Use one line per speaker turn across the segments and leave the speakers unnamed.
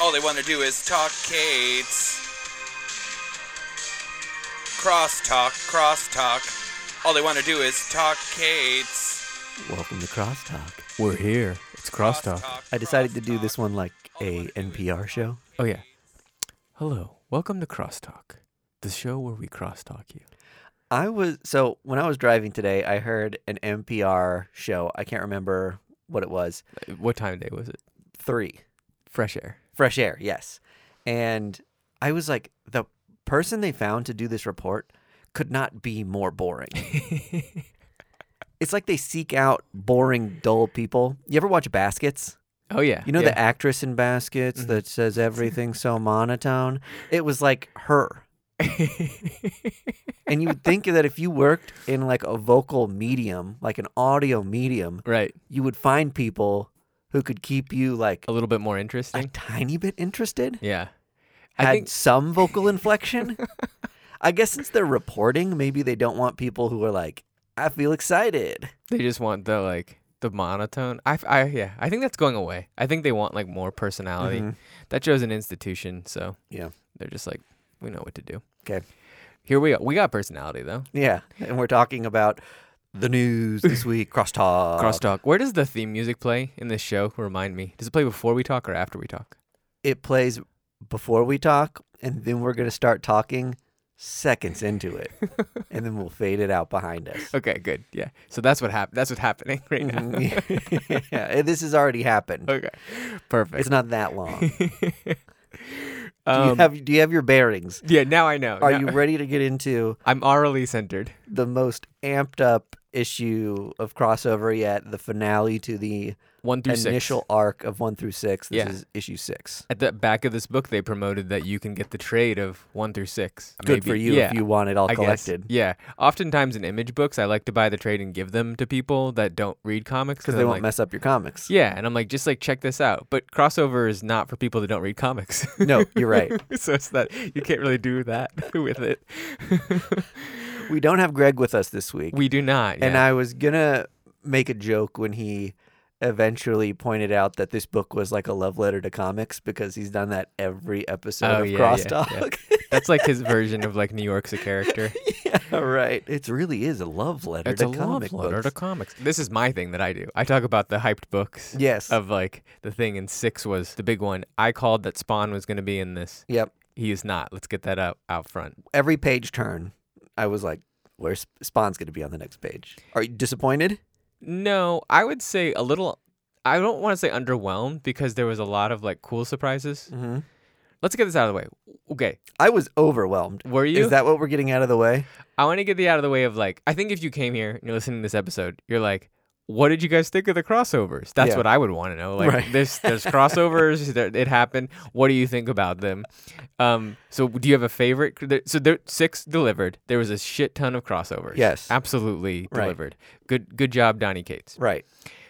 All they want to do is talk Kates. Cross talk, cross talk. All they want to do is talk Kates.
Welcome to Crosstalk.
We're here. It's crosstalk.
I decided to do this one like a NPR show.
Oh yeah. Hello. Welcome to Crosstalk, the show where we crosstalk you.
I was so when I was driving today, I heard an NPR show. I can't remember what it was.
Uh, What time of day was it?
3.
Fresh air.
Fresh air, yes. And I was like the person they found to do this report could not be more boring. it's like they seek out boring dull people. You ever watch Baskets?
Oh yeah.
You know
yeah.
the actress in Baskets that says everything's so monotone? It was like her. and you would think that if you worked in like a vocal medium, like an audio medium,
right.
you would find people who could keep you like
A little bit more
a
interesting.
tiny bit interested,
yeah.
had
I think
some vocal inflection. I guess since they're reporting, maybe they don't want people who are like, I feel excited.
they just want the like the monotone. I, f- I- yeah. I think that's going away. I think they want like more personality.
Mhm.
That show's an institution, so
Yeah.
they're just like we know what to do.
'Kay.
Here we go. We got personality though.
Yeah. And we're talking about the news this week, crosstalk.
Crosstalk. Where does the theme music play in this show? Remind me. Does it play before we talk or after we talk?
it plays before we talk, and then we're going to start talking seconds into it, and then we'll fade it out behind us.
Okay, good. Yeah. So that's what hap- that's what's happening right now.
Mhm. yeah, this has already happened.
Mm-hmm. Okay. Perfect.
It's not that long. Do you
Um,
have do you have your bearings?
yeah, now I know.
Are
Now-
you ready to get into
I'm aurally centered.
the most amped up issue of crossover yet? The finale to the
One through
initial
six.
arc of one through six. This
Yeah.
is issue six.
At the back of this book, they promoted that you can get the trade of one through six.
Good
Maybe-
for you
yeah,
if you want it all
I guess.
collected
Yeah. Oftentimes in image books, I like to buy the trade and give them to people that don't read comics
because
I'm
they won't
like,
mess up your comics.
Yeah, and I'm like, just like check this out. But crossover is not for people that don't read comics.
No, you're right.
so it's that you can't really do that with it.
We don't have Greg with us this week.
we do not.
And
yeah.
I was gonna make a joke when he eventually pointed out that this book was like a love letter to comics because he's done that every episode
Oh,
of
yeah, yeah, yeah.
Crosstalk.
that's like his version of like New York's a character.
Yeah. right. It really is a love letter
It's
to
a
comic
love letter to
books.
comics. This is my thing that I do. I talk about the hyped books.
yes.
Of like the thing in six was the big one. I called that Spawn was going to be in this.
yep.
He is not. Let's get that out out front.
Every page turn, I was like, "Where's Spawn's going to be on the next page?" Are you disappointed?
No, I would say a little. I don't want to say underwhelmed because there was a lot of like cool surprises.
Mm-hmm.
Let's get this out of the way. Okay,
I was overwhelmed.
were you?
Is that what we're getting out of the way?
I want to get the out of the way of like, I think if you came here and you're listening to this episode, you're like, what did you guys think of the crossovers? That's
Yeah.
what I would want to know. Like,
Right.
there's there's crossovers. there, it happened. What do you think about them? Um, so do you have a favorite? there- So there six delivered. There was a shit ton of crossovers.
Yes.
absolutely
Right.
delivered. Good good job, Donny Cates.
Right.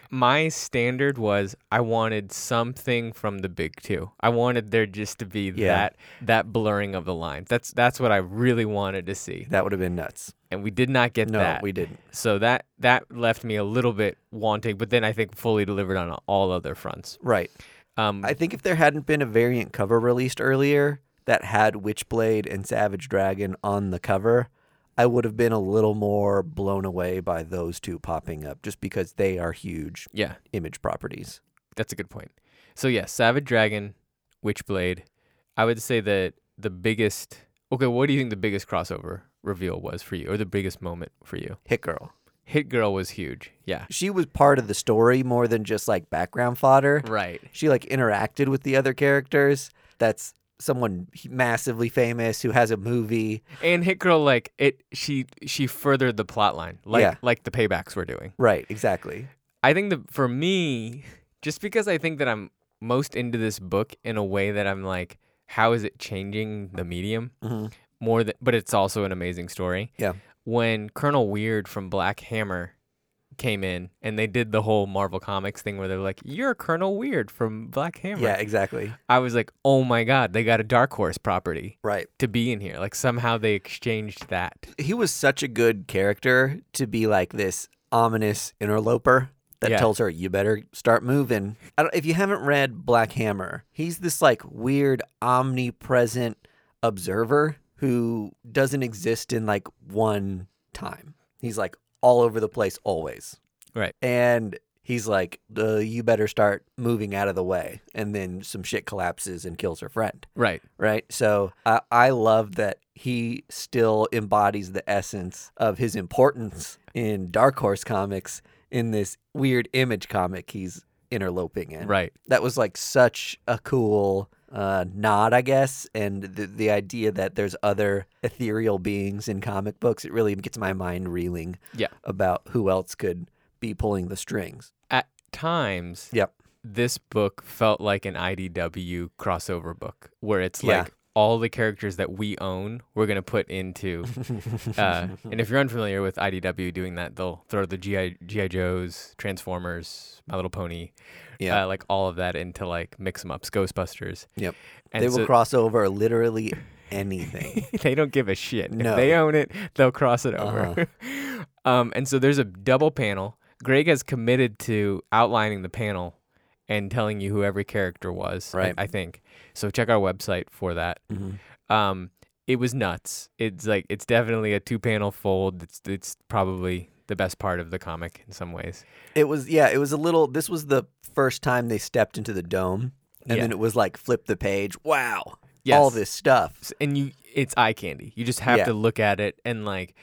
My standard was I wanted something from the big two. I wanted there just to be
Yeah.
that that blurring of the lines. That's that's what I really wanted to see
That would have been nuts.
and we did not get
No,
that.
we didn't.
so that that left me a little bit wanting, but then I think fully delivered on all other fronts.
Right.
Um,
I think if there hadn't been a variant cover released earlier that had Witchblade and Savage Dragon on the cover, I would have been a little more blown away by those two popping up just because they are huge
yeah,
image properties.
that's a good point. So yeah, Savage Dragon, Witchblade. I would say that the biggest. Okay, what do you think the biggest crossover reveal was for you, or the biggest moment for you?
Hit Girl.
Hit Girl was huge. Yeah.
She was part of the story more than just like background fodder.
Right.
She like interacted with the other characters. That's someone massively famous who has a movie.
And Hit Girl, like it, she she furthered the plot line, like
Yeah.
like the paybacks were doing.
Right, exactly.
I think that for me, just because I think that I'm most into this book in a way that I'm like, how is it changing the medium
Mhm.
more than? But it's also an amazing story.
Yeah.
When Colonel Weird from Black Hammer came in and they did the whole Marvel Comics thing where they're like, "You're Colonel Weird from Black Hammer."
Yeah, exactly.
I was like, "Oh my God, they got a Dark Horse property
Right.
to be in here!" Like somehow they exchanged that.
he was such a good character to be like this ominous interloper. that
Yeah.
tells her you better start moving. I don't, if you haven't read Black Hammer, he's this like weird omnipresent observer who doesn't exist in like one time. He's like all over the place always.
Right.
And he's like, uh, you better start moving out of the way. And then some shit collapses and kills her friend
Right.
right? So I I love that he still embodies the essence of his importance in Dark Horse Comics in this weird image comic he's interloping in.
Right.
That was like such a cool uh, nod, I guess, and the the idea that there's other ethereal beings in comic books. It really gets my mind reeling.
Yeah.
About who else could be pulling the strings.
At times,
Yep.
this book felt like an IDW crossover book where it's
Yeah.
like all the characters that we own, we're going to put into. Uh, and if you're unfamiliar with IDW doing that, they'll throw the GI, G.I. Joes, Transformers, My Little Pony,
Yeah.
uh, like all of that into like mix em ups, Ghostbusters.
Yep.
And
they will
so-
cross over literally anything.
they don't give a shit.
No. Uh-huh.
If they own it, they'll cross it over. um, and so there's a double panel. Greg has committed to outlining the panel and telling you who every character was. I-
Right.
I, think so. Check our website for that.
Mhm.
Um, it was nuts. It's like it's definitely a two panel fold. It's it's probably the best part of the comic in some ways.
It was yeah, it was a little this was the first time they stepped into the dome. And
Yeah.
then it was like flip the page. Wow.
Yes.
All this stuff.
S- and you it's eye candy you just have
Yeah.
to look at it and like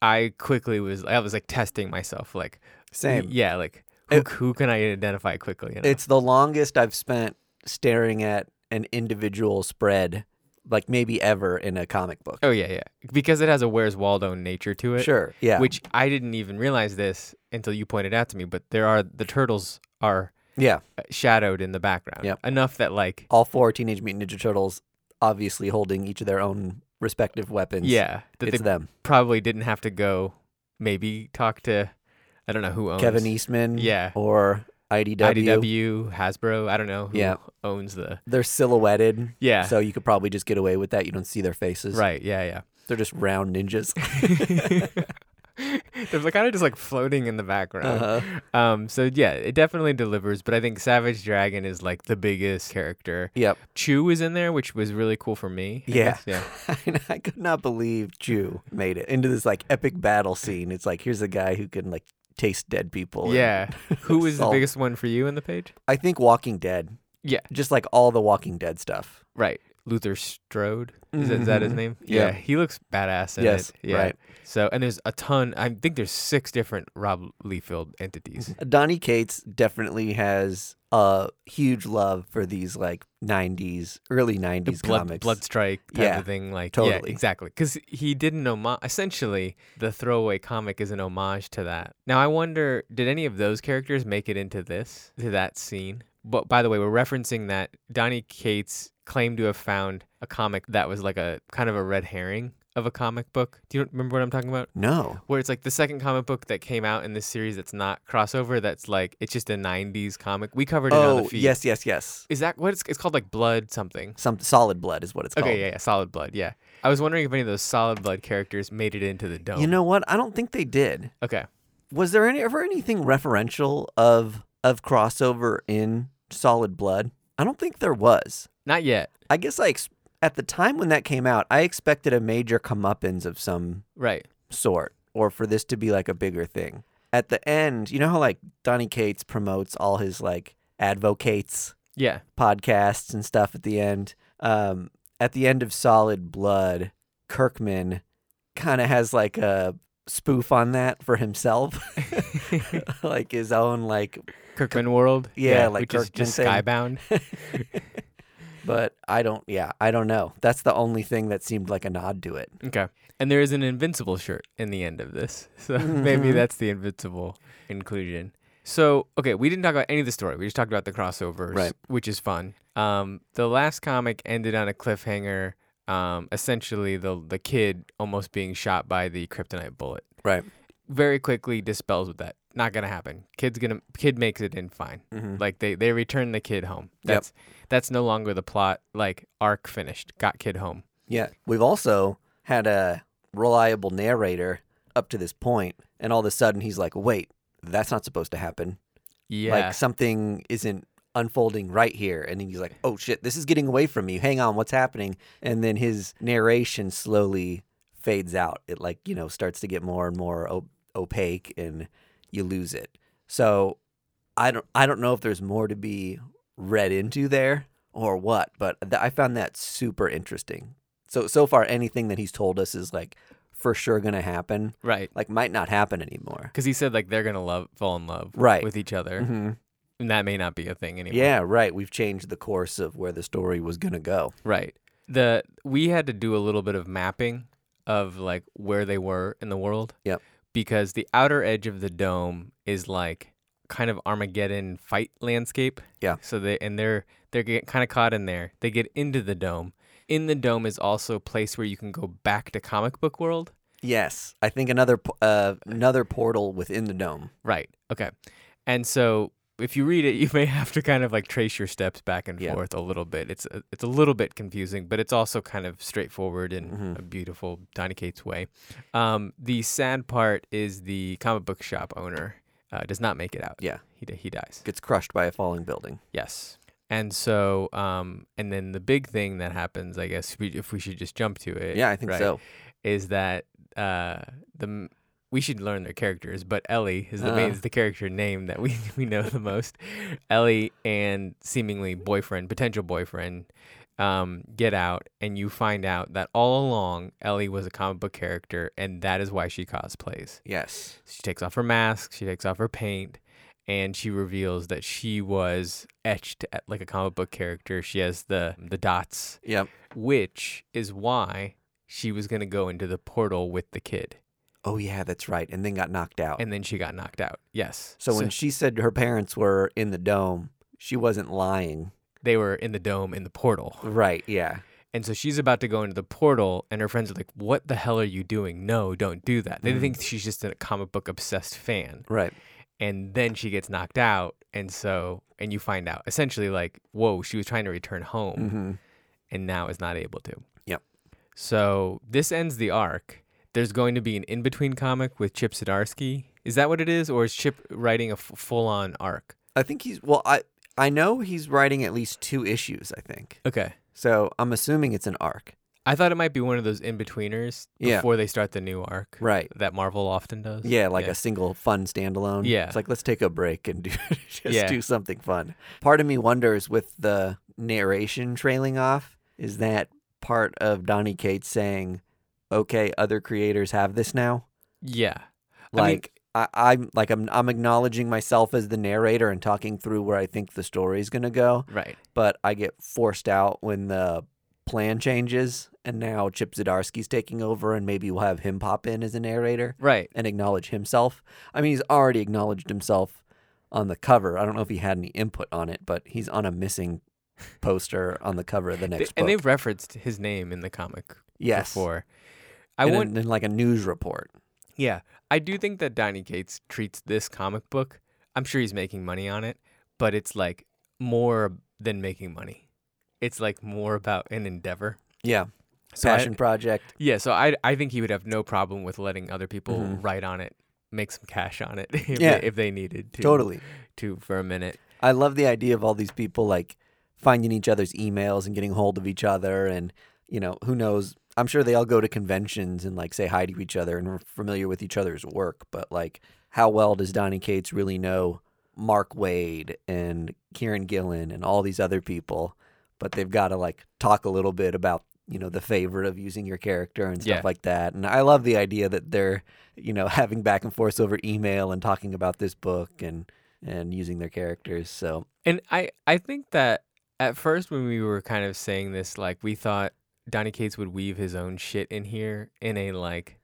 i quickly was i was like testing myself like
Same.
yeah like who,
It-
who can i identify quickly you know?
It's the longest I've spent staring at an individual spread like maybe ever in a comic book.
oh yeah yeah because it has a where's waldo nature to it
Sure. Yeah.
which i didn't even realize this until you pointed out to me but there are the turtles are
yeah.
uh, shadowed in the background
Yep.
enough that like
All four Teenage Mutant Ninja Turtles obviously holding each of their own respective weapons.
yeah that
It's
they
them.
probably didn't have to go maybe talk to i don't know who owns
Kevin E Eastman
Yeah.
or IDW.
IDW, Hasbro, I don't know who
Yeah.
owns the
They're silhouetted.
Yeah.
So you could probably just get away with that. You don't see their faces.
right, yeah,
They're just round ninjas.
yeah. They're kind of just like floating in the background. Um, so yeah, it definitely delivers. But I think Savage Dragon is like the biggest character.
Yep.
Chew is in there, which was really cool for me. I
Yeah.
guess. yeah.
I, I could not believe Jew made it into this like epic battle scene. It's like here's a guy who can like taste dead people. and-
Yeah. Who was the
Salt.
biggest one for you in the page?
I think Walking Dead.
Yeah.
Just like all the Walking Dead stuff.
Right. Luther Strode. Is, that, is that his
Mhm.
name?
Yeah.
He looks badass in
Yes,
it. Yeah.
right.
So and there's a ton I think there's six different Rob Liefeld entities.
Donnie Cates definitely has a huge love for these like 90s, early 90s
blood,
comics.
blood strike type
Yeah,
of thing. Like yeah,
totally.
exactly. Because he didn't homage. Essentially, the throwaway comic is an homage to that. Now I wonder, did any of those characters make it into this to that scene? But by the way, we're referencing that Donnie Cates claimed to have found a comic that was like a kind of a red herring of a comic book. Do you remember what I'm talking about?
No.
Where it's like the second comic book that came out in this series that's not crossover. That's like it's just a '90s comic. We covered it on
Oh,
the feed.
yes, yes, yes.
Is that what it's, it's called? Like Blood something.
Some solid blood is what it's called.
Okay, yeah, yeah, Solid Blood, yeah. I was wondering if any of those Solid Blood characters made it into the dome.
You know what? I don't think they did.
okay.
Was there any ever anything referential of of crossover in Solid Blood? I don't think there was.
Not yet.
I guess I ex- at the time when that came out, I expected a major comeuppance of some
Right.
sort, or for this to be like a bigger thing. At the end, you know how like Donnie Cates promotes all his like advocates
Yeah.
podcasts and stuff at the end. Um, at the end of Solid Blood, Kirkman kind of has like a spoof on that for himself, like his own like.
Kirkman World.
yeah, like
which is
Kirkman
just
thing.
skybound.
But I don't. Yeah, I don't know. That's the only thing that seemed like a nod to it.
okay. And there is an invincible shirt in the end of this. So maybe that's the invincible inclusion. So, okay, we didn't talk about any of the story. We just talked about the crossovers,
Right.
which is fun. Um, the last comic ended on a cliffhanger. Um, essentially, the the kid almost being shot by the kryptonite bullet.
Right.
very quickly dispels with that. Not gonna happen. Kid's gonna kid makes it in fine.
Mm-hmm.
Like they they return the kid home. That's that's no longer the plot. Like arc finished. Got kid home.
Yeah. We've also had a reliable narrator up to this point, and all of a sudden he's like, wait, that's not supposed to happen.
Yeah.
Like something isn't unfolding right here. And then he's like, oh shit, this is getting away from me. Hang on, what's happening? And then his narration slowly fades out. It like, you know, starts to get more and more o- opaque and you lose it. So I don't I don't know if there's more to be read into there or what, but th- I found that super interesting. So so far anything that he's told us is like for sure going to happen.
right.
Like might not happen anymore.
Because he said like they're gonna love, fall in love,
Right.
with each other,
Mhm.
and that may not be a thing anymore.
Yeah, right. We've changed the course of where the story was going to go.
Right. The we had to do a little bit of mapping of like where they were in the world.
Yep.
Because the outer edge of the dome is like kind of Armageddon fight landscape.
Yeah.
So they and they're they're getting kind of caught in there. They get into the dome. In the dome is also a place where you can go back to comic book world.
Yes, I think another p- uh, another portal within the dome.
Right. Okay. And so if you read it, you may have to kind of like trace your steps back and
Yeah.
forth a little bit. It's a, it's a little bit confusing, but it's also kind of straightforward in
Mhm.
a beautiful Donny Cates way. Um, the sad part is the comic book shop owner uh, does not make it out.
Yeah.
He, di- he dies.
Gets crushed by a falling building.
Yes. And so, um, and then the big thing that happens, I guess, we, if we should just jump to it.
Yeah, I think
right,
so.
Is that uh, the m- we should learn their characters, but Ellie is the
Uh.
main is the character name that we we know the most. Ellie and seemingly boyfriend, potential boyfriend, um, get out, and you find out that all along Ellie was a comic book character, and that is why she cosplays.
Yes.
She takes off her mask, she takes off her paint, and she reveals that she was etched at, like a comic book character. She has the the dots,
Yep.
which is why she was going to go into the portal with the kid.
Oh yeah, that's right. And then got knocked out.
And then she got knocked out. Yes.
so when she said her parents were in the dome, she wasn't lying.
they were in the dome in the portal.
Right. Yeah.
And so she's about to go into the portal, and her friends are like, What the hell are you doing? No, don't do that. They
Mm.
think she's just a comic book obsessed fan.
Right.
and then she gets knocked out and so and you find out essentially like whoa she was trying to return home
hmm
and now is not able to
Yep.
so this ends the arc there's going to be an in-between comic with chip zdarsky is that what it is or is chip writing a f- full-on arc
I think he's well. I I know he's writing at least two issues. I think.
okay
So I'm assuming it's an arc.
i thought it might be one of those in-betweeners
Yeah.
before they start the new arc
Right.
that marvel often does
Yeah, like
yeah.
a single fun standalone.
Yeah.
It's like let's take a break and do just
Yeah.
do something fun. Part of me wonders with the narration trailing off, is that part of Donnie Cates saying, Okay, other creators have this now?
yeah I mean-
Like I I'm like I'm I'm acknowledging myself as the narrator and talking through where I think the story's gonna go,
right
but I get forced out when the plan changes and now Chip Zdarsky's taking over and maybe we'll have him pop in as a narrator
right
and acknowledge himself. I mean, he's already acknowledged himself on the cover. I don't know if he had any input on it, but he's on a missing poster on the cover of the
They-
next
and
book.
they've referenced his name in the comic
yes.
before
I
i
and
want
in, in like a news report.
Yeah, I do think that Donny Cates treats this comic book. I'm sure he's making money on it, but it's like more than making money. It's like more about an endeavor.
Yeah,
So I-
passion project.
yeah, so I I think he would have no problem with letting other people
Mhm.
write on it, make some cash on it if,
Yeah.
they, if they needed to.
Totally.
To for a minute.
I love the idea of all these people like finding each other's emails and getting hold of each other, and you know, who knows. I'm sure they all go to conventions and like say hi to each other and are familiar with each other's work, but like, how well does Donnie Cates really know Mark Wade and Kieran Gillen and all these other people? But they've got to like talk a little bit about you know the favor of using your character and stuff
Yeah.
like that. And I love the idea that they're you know having back and forth over email and talking about this book and and using their characters. So
And I, I think that at first when we were kind of saying this, like we thought Donny Cates would weave his own shit in here in a like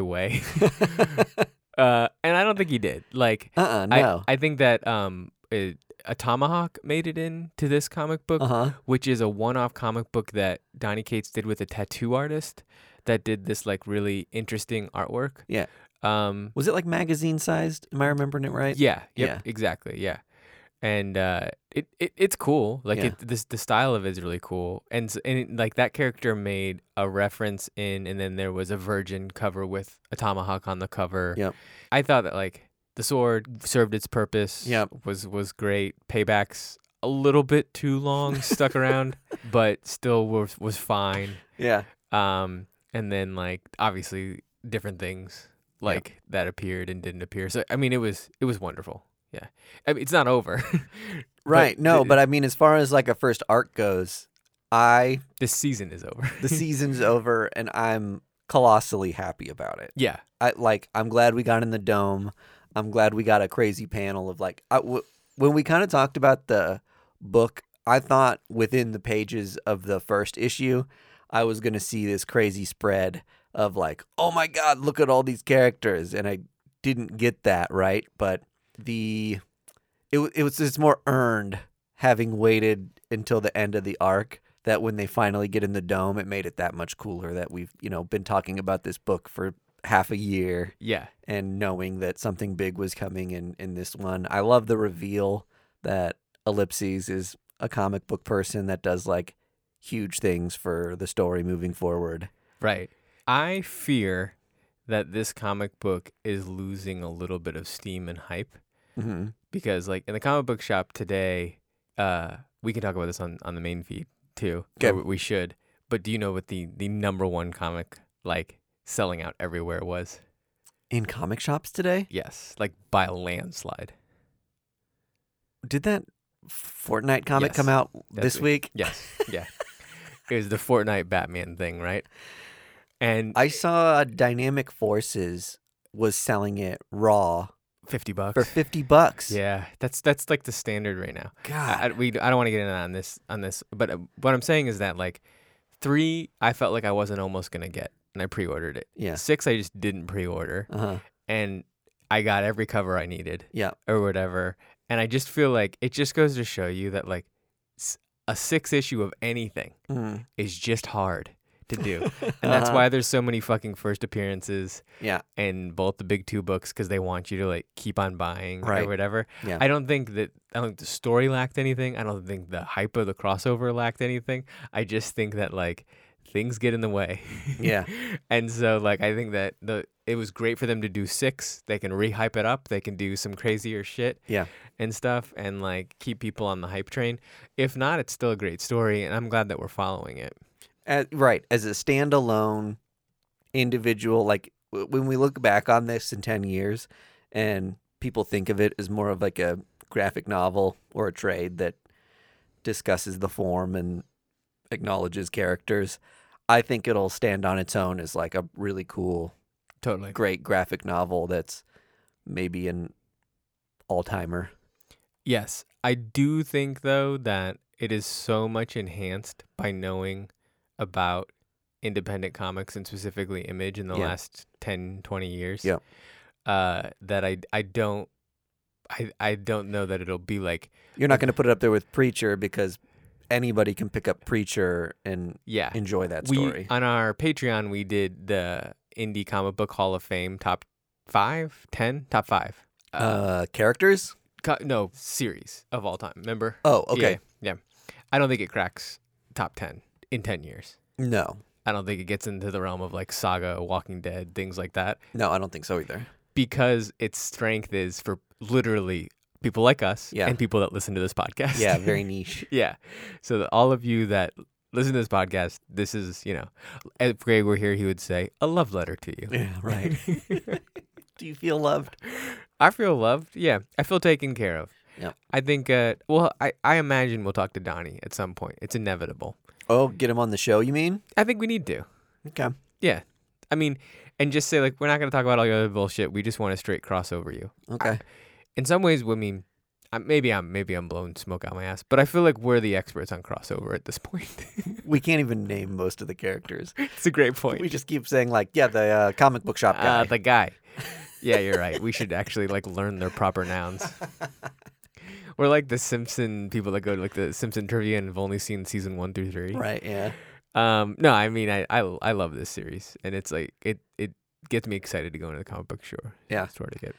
way. uh, and I don't think he did. Like
uh uh no.
I, I think that um it, a tomahawk made it in to this comic book,
Uh huh.
which is a one-off comic book that Donny Cates did with a tattoo artist that did this like really interesting artwork.
Yeah.
Um
Was it like magazine sized? Am I remembering it right?
yeah. Yep,
Yeah.
Exactly. Yeah. And uh, it, it it's cool. Like
Yeah.
it, this the style of it is really cool. And s- and it, like that character made a reference in, and then there was a virgin cover with a tomahawk on the cover.
Yep.
I thought that like the sword served its purpose.
Yep.
was was great. Paybacks a little bit too long, stuck around, but still was was fine.
Yeah.
Um, and then like obviously different things like that appeared and didn't appear. So I mean, it was it was wonderful. Yeah, I mean, it's not over.
Right. no,
th-
but I mean, as far as like a first arc goes, I
this season is over.
the season's over, and I'm colossally happy about it.
yeah,
I like. I'm glad we got in the dome. I'm glad we got a crazy panel of like. I, w- when we kind of talked about the book, I thought within the pages of the first issue, I was gonna see this crazy spread of like, oh my god, look at all these characters, and I didn't get that right. But the it w- it was it's more earned having waited until the end of the arc that when they finally get in the dome, it made it that much cooler that we've you know been talking about this book for half a year
yeah,
and knowing that something big was coming in in this one. I love the reveal that Ellipses is a comic book person that does like huge things for the story moving forward.
right. I fear that this comic book is losing a little bit of steam and hype. Mm-hmm.
Mhm.
because like in the comic book shop today, uh, we can talk about this on, on the main feed too.
Okay.
or We should. But do you know what the, the number one comic like selling out everywhere was?
In comic shops today,
Yes, like by a landslide.
did that Fortnite comic
Yes,
come out
that
this week?
Yes, yeah. it was the Fortnite Batman thing, right? And
I saw Dynamic Forces was selling it raw
fifty bucks.
for 50 bucks.
yeah, that's that's like the standard right now. I, I-
God.
we I don't want to get into that on this on this, but uh, what I'm saying is that like three, I felt like I wasn't almost gonna get, and I pre-ordered it.
Yeah.
Six, I just didn't pre-order,
Uh-huh.
and I got every cover I needed
Yeah.
or whatever. And I just feel like it just goes to show you that like s- a six issue of anything
Mm.
is just hard to do, and that's
Uh-huh.
why there's so many fucking first appearances
Yeah.
in both the big two books because they want you to like keep on buying
Right.
or whatever.
Yeah.
I don't think that I don't think the story lacked anything. I don't think the hype of the crossover lacked anything. I just think that like things get in the way.
Yeah.
and so like I think that the it was great for them to do six. They can rehype it up. They can do some crazier shit.
Yeah.
And stuff and like keep people on the hype train. If not, it's still a great story and I'm glad that we're following it.
as, right as a standalone individual like w- when we look back on this in 10 years and people think of it as more of like a graphic novel or a trade that discusses the form and acknowledges characters i think it'll stand on its own as like a really cool
Totally.
great graphic novel that's maybe an all-timer
Yes, I do think though that it is so much enhanced by knowing about independent comics and specifically Image in the
Yeah.
last 10, 20 years.
Yeah.
Uh, that I I don't I I don't know that it'll be like
you're not going to put it up there with preacher because anybody can pick up preacher and
yeah.
enjoy that
we
story
on our Patreon we did the indie comic book Hall of Fame top five, ten, top 5. Uh,
uh characters
co- no, series of all time. Remember?
Oh, okay.
Yeah, yeah. I don't think it cracks top 10 in 10 years.
No,
I don't think it gets into the realm of like Saga, Walking Dead, things like that,
no, I don't think so either.
because its strength is for literally people like us
Yeah.
and people that listen to this podcast.
Yeah, very niche.
yeah. So that all of you that listen to this podcast, this is you know, if Greg were here, he would say a love letter to you.
yeah, right. Do you feel loved?
I feel loved. Yeah, I feel taken care of.
Yep.
I think. Uh, well, I I imagine we'll talk to Donnie at some point. It's inevitable.
Oh, get him on the show. You mean?
I think we need to.
Okay.
Yeah. I mean, and just say like we're not gonna talk about all your other bullshit. We just want to straight cross over you.
Okay.
in some ways, I mean, I- maybe I'm maybe I'm blowing smoke out my ass, but I feel like we're the experts on crossover at this point.
We can't even name most of the characters.
it's a great point.
We just keep saying like, yeah, the uh, comic book shop guy.
Uh, the guy. Yeah, you're right. We should actually like learn their proper nouns. We're like the Simpson people that go to like the Simpson trivia and have only seen season one through three.
right. Yeah.
Um, no, I mean I, I I love this series and it's like it it gets me excited to go into the comic book store.
Yeah.
Store to get.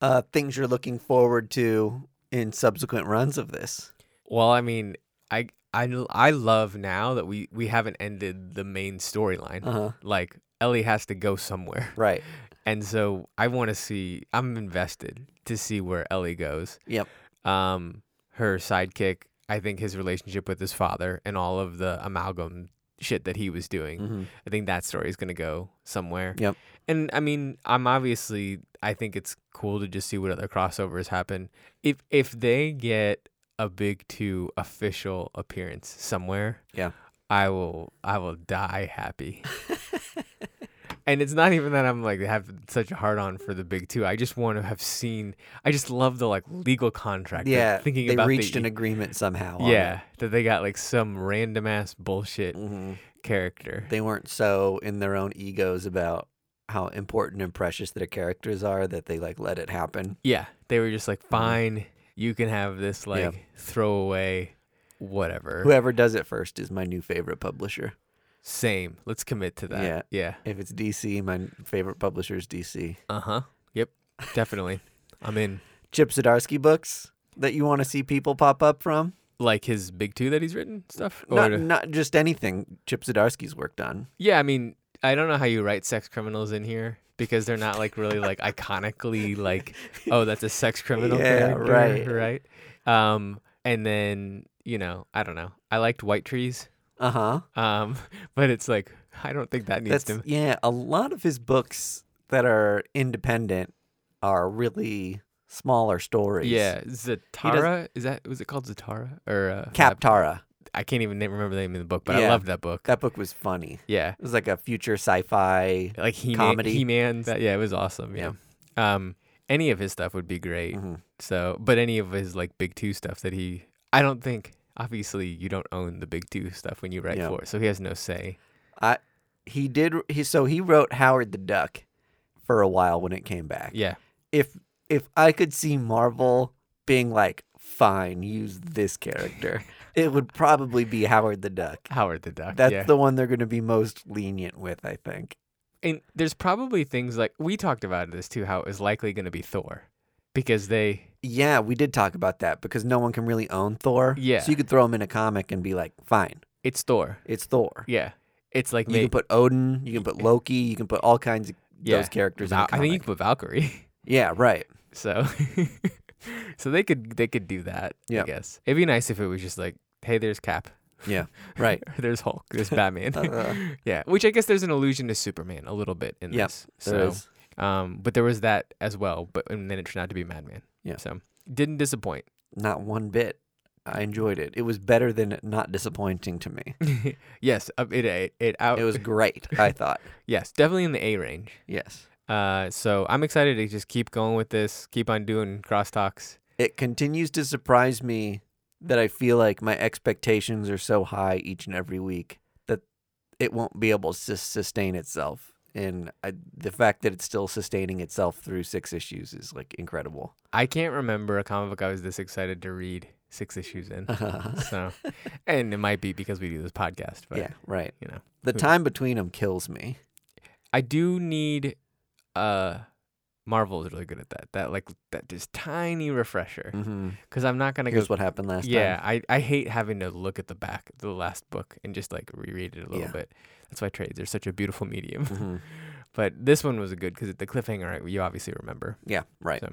Uh, things you're looking forward to in subsequent runs of this.
Well, I mean, I I l- I love now that we we haven't ended the main storyline.
Uh huh.
Like Ellie has to go somewhere.
Right.
And so I want to see. I'm invested to see where Ellie goes.
Yep.
Um, her sidekick. I think his relationship with his father and all of the amalgam shit that he was doing.
Mhm.
I think that story is going to go somewhere.
Yep.
And I mean, I'm obviously I think it's cool to just see what other crossovers happen. If if they get a big two official appearance somewhere,
Yeah.
I will I will die happy. and it's not even that I'm like have such a hard on for the big two. I just want to have seen I just love the like legal contract. like,
Yeah.
thinking
they
about
reached
the, e
an agreement somehow. on it. Mm.
Yeah. That they got like some random ass bullshit
Mm-hmm.
character.
They weren't so in their own egos about how important and precious their characters are that they like let it happen.
Yeah, they were just like, fine, you can have this like
Uh-huh. Yeah.
throwaway, whatever.
Whoever does it first is my new favorite publisher.
Same. Let's commit to that.
Yeah.
Yeah.
If it's DC, my favorite publisher is DC.
Uh huh. Yep. Definitely. I'm in.
Chip Zdarsky books that you want to see people pop up from.
Like his big two that he's written stuff. Or
Not, not just anything Chip Zdarsky's worked on.
yeah, I mean, I don't know how you write sex criminals in here because they're not like really like iconically like, oh, that's a sex criminal.
Yeah,
character, Right. Um, and then you know, I don't know. I liked White Trees.
Uh huh.
Um, but it's like I don't think that needs
That's
to.
yeah. A lot of his books that are independent are really smaller stories.
Yeah, Zatara. Is that was it called Zatara or uh, Fab-
Captara.
I can't even name, remember the name of the book, but I
Yeah.
loved that book.
That book was funny.
yeah,
It was like a future sci-fi.
like he
Comedy.
He Man. Yeah, it was awesome. Yeah. Um, any of his stuff would be great.
Mhm.
So, but any of his like big two stuff that he, I don't think. Obviously, you don't own the big two stuff when you write
Yeah.
for it, so he has no say.
I he did he so he wrote Howard the Duck for a while when it came back.
Yeah,
If if I could see Marvel being like, fine, use this character, it would probably be Howard the Duck.
Howard the Duck.
That's
yeah.
the one they're going to be most lenient with, I think.
and there's probably things like we talked about this too. How it was likely going to be Thor, because they
Yeah, we did talk about that because no one can really own Thor.
Yeah.
So you could throw him in a comic and be like, fine,
it's Thor.
it's Thor.
Yeah, it's like
You
ma-
can put Odin, you can put Loki, you can put all kinds of
Yeah.
those characters in a
Val- I
comic.
think you could put Valkyrie.
Yeah, right.
So so they could they could do that,
Yeah.
I guess. It'd be nice if it was just like, hey, there's Cap.
Yeah, right.
there's Hulk. There's Batman.
Uh,
yeah. Which I guess there's an allusion to Superman a little bit in
Yep,
this.
There
So
is.
um but there was that as well, but and then it turned out to be Madman.
Yeah.
So didn't disappoint.
not one bit. I
Mm-hmm.
enjoyed it. It was better than not disappointing to me.
yes, uh, it it, it out
It was great, I thought.
yes, definitely in the A range.
Yes.
Uh so I'm excited to just keep going with this, keep on doing crosstalks.
It continues to surprise me that I feel like my expectations are so high each and every week that it won't be able to sus- sustain itself. And I, the fact that it's still sustaining itself through six issues is like incredible.
I can't remember a comic book I was this excited to read six issues in. so and it might be because we do this podcast but
yeah, right.
you know
The time between them kills me.
i do need uh marvel is really good at that that like that just tiny refresher
Mm-hmm.
because i'm not gonna
Here's
go
what happened last
yeah
time.
I, I hate having to look at the back of the last book and just like reread it a little
Yeah.
bit that's why trades are such a beautiful medium
Mhm.
but this one was good because the cliffhanger you obviously remember
Yeah, right.
So-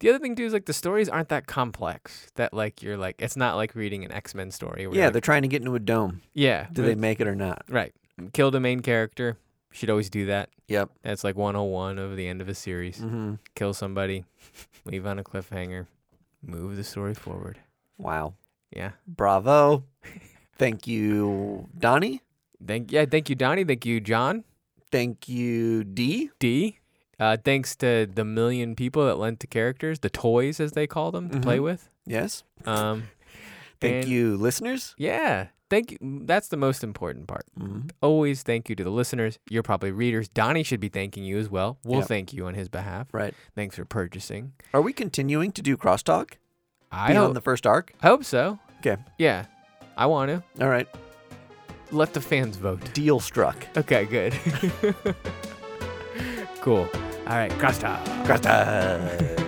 the other thing too is like the stories aren't that complex that like you're like it's not like reading an x-men story where you're
yeah,
like,
they're trying to get into a dome.
yeah
Do
but
they make it or not?
Right. Kill the main character. Should always do that.
Yep.
That's like 101 of the end of a series.
Mm-hmm.
Kill somebody, leave on a cliffhanger, move the story forward.
Wow.
Yeah.
Bravo. Thank you, Donnie.
Thank yeah, thank you Donnie, thank you John
Thank you, D.
D. Uh, thanks to the million people that lent the characters, the toys as they call them to play
Mhm.
with.
Yes.
Um
Thank
and-
you, listeners.
Yeah. Thank you. mm, That's the most important part.
Mm-hmm.
Always thank you to the listeners. You're probably readers. Donnie should be thanking you as well. We'll
Yep.
thank you on his behalf.
Right.
Thanks for purchasing.
Are we continuing to do crosstalk
I
beyond
hope-
the first arc?
I hope so.
Okay.
Yeah. I want to.
All right.
Let the fans vote.
Deal struck.
Okay, good. cool. All right, crosstalk.
Crosstalk.